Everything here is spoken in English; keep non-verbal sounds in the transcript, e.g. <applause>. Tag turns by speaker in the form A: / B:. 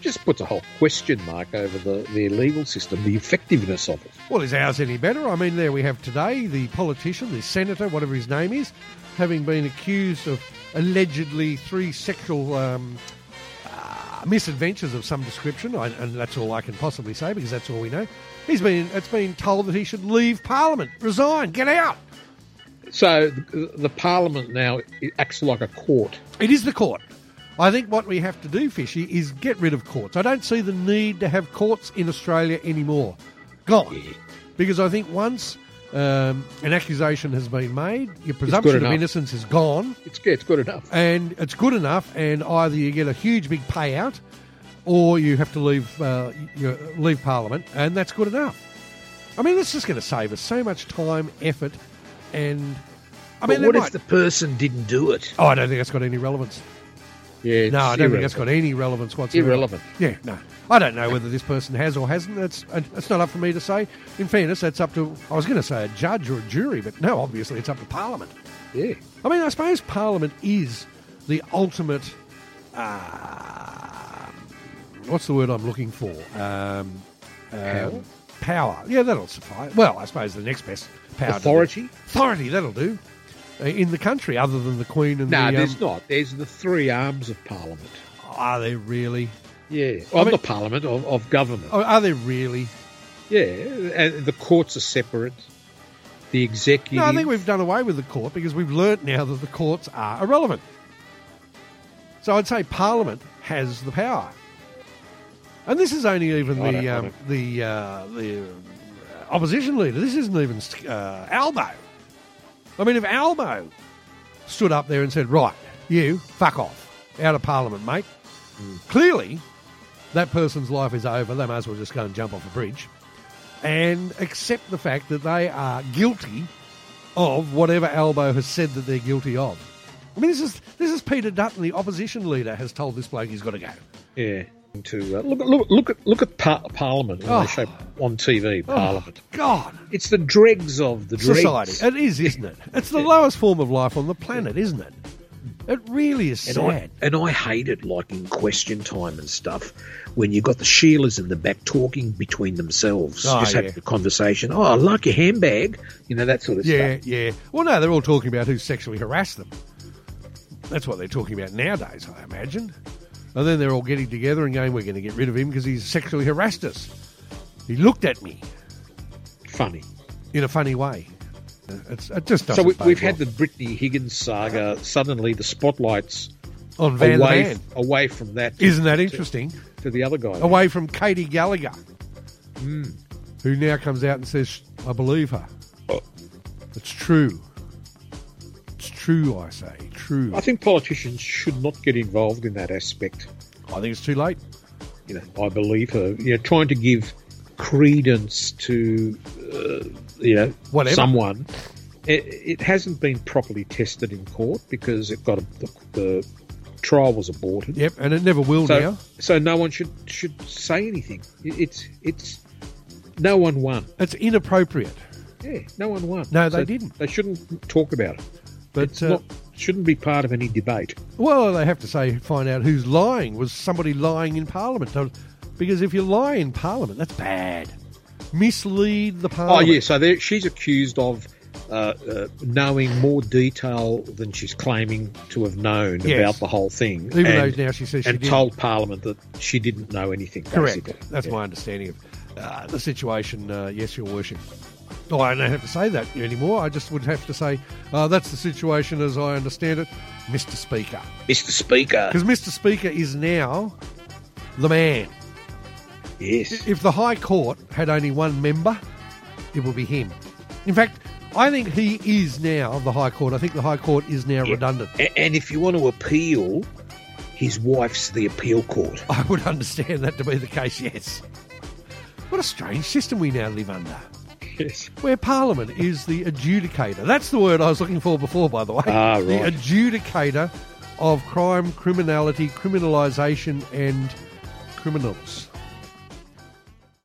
A: just puts a whole question mark over the, their legal system, the effectiveness of it.
B: Well, is ours any better? I mean, there we have today the politician, the senator, whatever his name is, having been accused of allegedly three sexual um, uh, misadventures of some description, I, and that's all I can possibly say because that's all we know. He's been it's been told that he should leave Parliament, resign, get out.
A: So the, the Parliament now it acts like a court.
B: It is the court. I think what we have to do, Fishy, is get rid of courts. I don't see the need to have courts in Australia anymore. Gone. Because I think once um, an accusation has been made, your presumption of
A: enough.
B: innocence is gone,
A: It's it's good enough.
B: and it's good enough, and either you get a huge big payout or you have to leave, uh, you leave Parliament, and that's good enough. I mean, this is going to save us so much time, effort, and. I mean,
A: but
B: they
A: what
B: might-
A: if the person didn't do it?
B: Oh, I don't think that's got any relevance.
A: Yeah, it's
B: No, I don't think
A: irrelevant.
B: that's got any relevance whatsoever.
A: Irrelevant.
B: Yeah, no. I don't know whether this person has or hasn't. That's uh, that's not up for me to say. In fairness, that's up to I was going to say a judge or a jury, but no, obviously it's up to Parliament.
A: Yeah.
B: I mean, I suppose Parliament is the ultimate. Uh, what's the word I'm looking for? Um,
A: Power?
B: power. Yeah, that'll suffice. Well, I suppose the next best power. to the-
A: Authority?
B: Authority. That'll do. Uh, In the country, other than the Queen and
A: No,
B: the.
A: there's
B: um,
A: not. There's the three arms of Parliament.
B: Are they really?
A: Yeah, of
B: mean- Oh.
A: the Parliament of, of government.
B: Are are they really?
A: Yeah, and the courts are separate. The executive.
B: No, I think we've done away with the court because we've learnt now that the courts are irrelevant. So I'd say Parliament has the power, and this is only even
A: I
B: the
A: don't
B: um,
A: want
B: the uh, the uh, opposition leader. This isn't even uh, Albo. I mean, if Albo stood up there and said, "Right, you fuck off, out of Parliament, mate,"
A: Hmm.
B: clearly that person's life is over. They may as well just go and jump off a bridge and accept the fact that they are guilty of whatever Albo has said that they're guilty of. I mean, this is this is Peter Dutton, the opposition leader, has told this bloke he's got to go.
A: Yeah. To uh, look, look, look at look at par- Parliament when
B: Oh.
A: they show on TV. Parliament.
B: God,
A: It's the dregs of the dregs.
B: society. It is, isn't it? It's the lowest form of life on the planet, isn't it? It really is
A: And
B: sad.
A: I, and I hate it, like in question time and stuff, when you've got the Sheilas in the back talking between themselves,
B: Oh,
A: just
B: yeah.
A: having a conversation. Oh, I like your handbag, you know that sort of
B: Yeah,
A: stuff.
B: yeah. Well, no, they're all talking about who sexually harassed them. That's what they're talking about nowadays, I imagine. And then they're all getting together and going, "We're going to get rid of him because he's sexually harassed us. He looked at me
A: Funny.
B: in a funny way." It's, it just doesn't.
A: So we,
B: bode
A: we've had
B: well.
A: the Brittany Higgins saga. Suddenly, the spotlights
B: on Van the
A: away
B: Man.
A: away from that
B: Isn't Oh, that interesting?
A: to the other guy.
B: Away from Katie Gallagher, Hmm. who now comes out and says, "I believe her. It's true. It's true. I say true.
A: I think politicians should not get involved in that aspect.
B: I think it's too late."
A: You know, I believe her. You know, trying to give credence to uh, you know
B: Whatever.
A: someone. It, it hasn't been properly tested in court because it got a, the, the trial was aborted.
B: Yep, and it never will
A: so,
B: now.
A: so no one should should say anything. It, it's it's no one won.
B: It's inappropriate.
A: Yeah, no one won.
B: No,
A: So
B: they didn't.
A: They shouldn't talk about it.
B: But,
A: it's
B: uh,
A: not, shouldn't be part of any debate.
B: Well, they have to say, find out who's lying. Was somebody lying in Parliament? No, Because if you lie in Parliament, that's bad. Mislead the
A: Oh,
B: Parliament.
A: yeah. So there, she's accused of uh, uh, knowing more detail than she's claiming to have known
B: Yes.
A: about the whole thing.
B: Even
A: and,
B: though now she says she
A: and
B: did.
A: told Parliament that she didn't know anything.
B: Correct.
A: basically.
B: That's
A: Yeah.
B: my understanding of uh, the situation. Uh, yes, Your Worship. Oh, I don't have to say that anymore. I just would have to say uh, that's the situation as I understand it, Mr. Speaker.
A: Mr. Speaker.
B: Because Mr. Speaker is now the man.
A: Yes.
B: If the High Court had only one member, it would be him. In fact, I think he is now the High Court. I think the High Court is now redundant. <laughs>
A: A- And if you want to appeal, his wife's the appeal court.
B: I would understand that to be the case, yes. What a strange system we now live under,
A: Yes.
B: where Parliament is the adjudicator. That's the word I was looking for before, by the way.
A: Ah,
B: The
A: right.
B: adjudicator of crime, criminality, criminalisation, and criminals.